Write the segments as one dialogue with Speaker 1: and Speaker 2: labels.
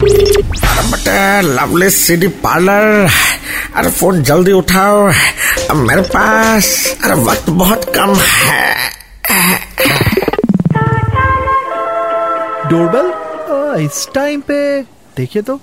Speaker 1: अरे बटे Lovely City Parlour अरे फोन जल्दी उठाओ अब मेरे पास अरे वक्त बहुत कम है
Speaker 2: डोरबेल इस टाइम पे देखिए तो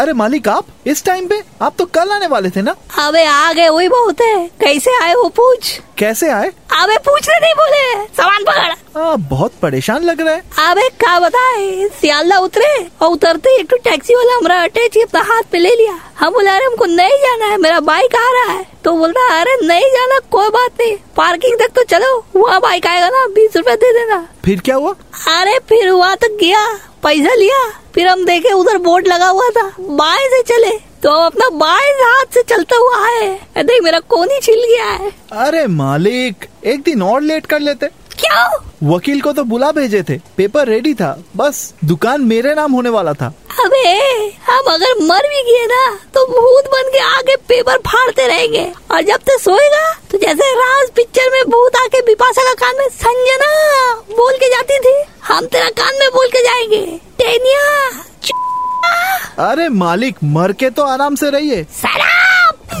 Speaker 2: अरे मालिक आप इस टाइम पे आप तो कल आने वाले थे ना
Speaker 3: अबे आ गए वही बहुत है कैसे आए वो पूछ
Speaker 2: कैसे आए
Speaker 3: अबे पूछने नहीं बोले सामान पकड़
Speaker 2: आ, बहुत परेशान लग रहा है
Speaker 3: अबे क्या बताए सियालदा उतरे और उतरते ही एक तो टैक्सी वाला हमारा अटैच अपना हाथ में ले लिया हम बोला अरे हमको नहीं जाना है मेरा बाइक आ रहा है तो बोलता है, अरे नहीं जाना कोई बात नहीं पार्किंग तक तो चलो वहाँ बाइक आएगा ना बीस रूपए दे देना
Speaker 2: फिर क्या हुआ
Speaker 3: अरे फिर हुआ तो गया पैसा लिया फिर हम देखे उधर बोर्ड लगा हुआ था बाएं से चले तो अपना बाएं हाथ से चलता हुआ आए देख मेरा कोन ही छिल गया है
Speaker 2: अरे मालिक एक दिन और लेट कर लेते
Speaker 3: क्यों
Speaker 2: वकील को तो बुला भेजे थे पेपर रेडी था बस दुकान मेरे नाम होने वाला था
Speaker 3: अबे हम अगर मर भी गए ना तो भूत बन के आके पेपर फाड़ते रहेंगे और जब तक सोएगा तो जैसे राज पिक्चर में भूत आके बिपाशा का कान में संजना बोल के जाती थी हम तेरा कान में बोल के जाएंगे टेनिया
Speaker 2: अरे मालिक मर के तो आराम से रहिए
Speaker 3: सलाम